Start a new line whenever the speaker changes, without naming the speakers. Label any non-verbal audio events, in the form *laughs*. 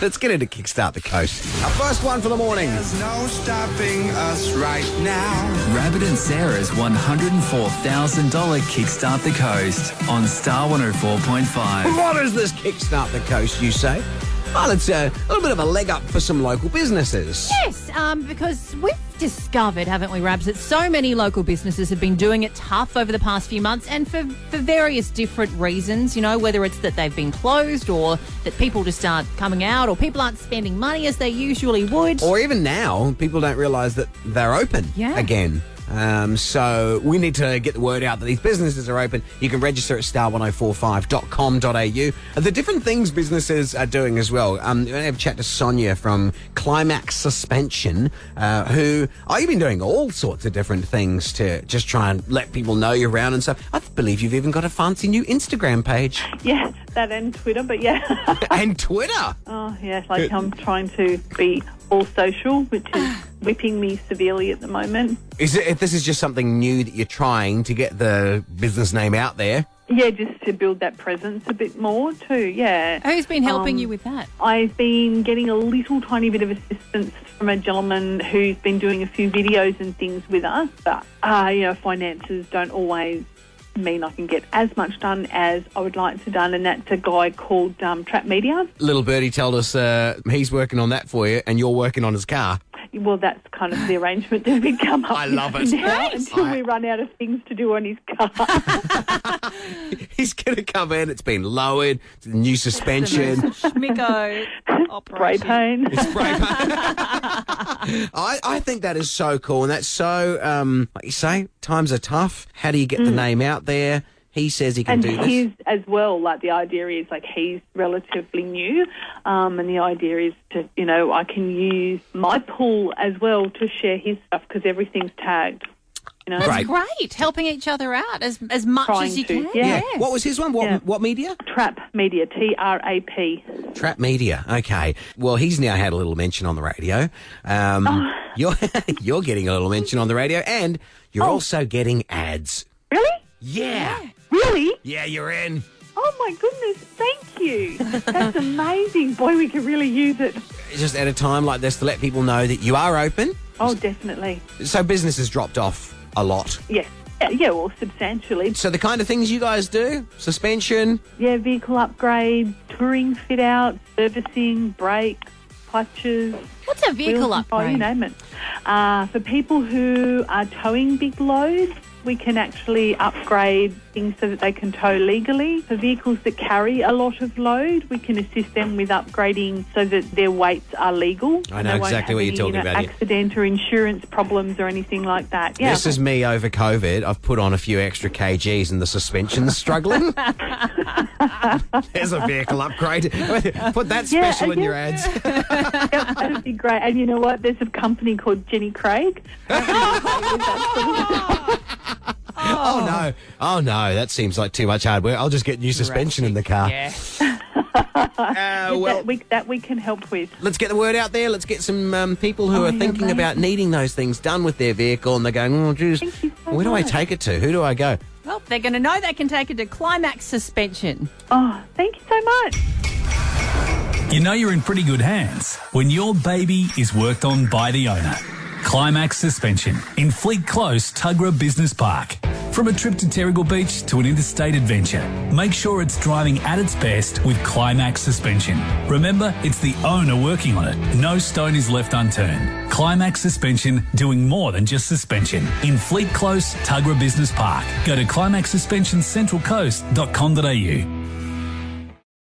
Let's get into Kickstart the Coast. Our first one for the morning.
There's no stopping us right now.
Rabbit and Sarah's $104,000 Kickstart the Coast on Star 104.5.
What is this Kickstart the Coast, you say? Well, it's a little bit of a leg up for some local businesses.
Yes, um, because we've discovered, haven't we, Rabs, that so many local businesses have been doing it tough over the past few months and for, for various different reasons, you know, whether it's that they've been closed or that people just aren't coming out or people aren't spending money as they usually would.
Or even now, people don't realise that they're open
Yeah.
again. Um, so we need to get the word out that these businesses are open. You can register at star1045.com.au. The different things businesses are doing as well. Um, we're going to have a chat to Sonia from Climax Suspension, uh, who oh, you've been doing all sorts of different things to just try and let people know you're around and stuff. I believe you've even got a fancy new Instagram page
Yeah, that and Twitter,
*laughs*
but yeah.
and Twitter.
oh, yeah, like I'm trying to be all social, which is whipping me severely at the moment.
Is it? If this is just something new that you're trying to get the business name out there.
Yeah, just to build that presence a bit more too, yeah.
Who's been helping
Um,
you with that?
I've been getting a little tiny bit of assistance from a gentleman who's been doing a few videos and things with us, but, uh, you know, finances don't always mean I can get as much done as I would like to done, and that's a guy called um, Trap Media.
little birdie told us uh, he's working on that for you and you're working on his car. *laughs*
Well, that's kind of the arrangement that we've come up
I
with
love it.
now
Great.
until
I-
we run out of things to do on his car.
He's going to come in. It's been lowered. It's a new suspension.
Schmigo
Spray paint.
Spray
*laughs*
paint. I, I think that is so cool. And that's so, um, like you say, times are tough. How do you get the name out there? He says he can
Mm.
do
And
this.
his as well, like the idea is like he's relatively new, um, and the idea is to, you know, I can use my pool as well to share his stuff because everything's tagged. You know,
Right.
Great, helping each other out as, as much
Trying
as you
to,
can.
yeah.
Yeah.
Yes.
What was his one? What,
Yeah.
what media?
Trap Media, T R A P.
Trap Media. Okay. Well, he's now had a little mention on the radio. Um,
Oh.
*laughs* You're you're getting a little mention on the radio, and you're also getting ads.
Oh. Really?
yeah.
Really?
Yeah, you're in.
Oh my goodness! Thank you. That's amazing. Boy, we could really use it.
just at a time like this to let people know that you are open.
Oh, definitely.
So business has dropped off a lot.
Yes. Yeah, yeah, well, substantially.
So the kind of things you guys do, suspension,
Yeah, vehicle upgrades, touring fit out, servicing, brakes, clutches.
What's a vehicle
wheels and tires,
upgrade?
You name it. Uh, for people who are towing big loads, we can actually upgrade things so that they can tow legally. For vehicles that carry a lot of load, we can assist them with upgrading so that their weights are legal.
I
and
know
they won't
exactly
have
what you're
any,
talking
you know,
about here.
Accident or insurance problems or anything like that. Yeah. *laughs*
this is me over COVID. I've put on a few extra kgs and the suspension's
*laughs*
struggling. There's a vehicle upgrade. *laughs* Put that
Yeah,
special in
yeah.
your ads.
Yep, that'd be great. And you know what? There's a company called Jenny Craig.
Oh no. Oh no, that seems like too much hard work. I'll just get new suspension in the car.
Yeah.
Uh,
that, we, that we can help with.
let's get the word out there. Let's get some um, people who
Oh,
are
yeah,
thinking
mate.
about needing those things done with their vehicle, and they're going, "Oh, geez,
Thank you so
where do I
much.
take it to? Who do I go?"
Well, they're going to know they can take it to climax suspension.
Oh, thank you so much.
You know you're in pretty good hands when your baby is worked on by the owner. Climax Suspension in Fleet Close, Tugra Business Park. From a trip to Terrigal Beach to an interstate adventure, make sure it's driving at its best with Climax Suspension. Remember, it's the owner working on it. No stone is left unturned. Climax Suspension doing more than just suspension. In Fleet Close, Tugra Business Park. Go to climaxsuspensioncentralcoast.com.au.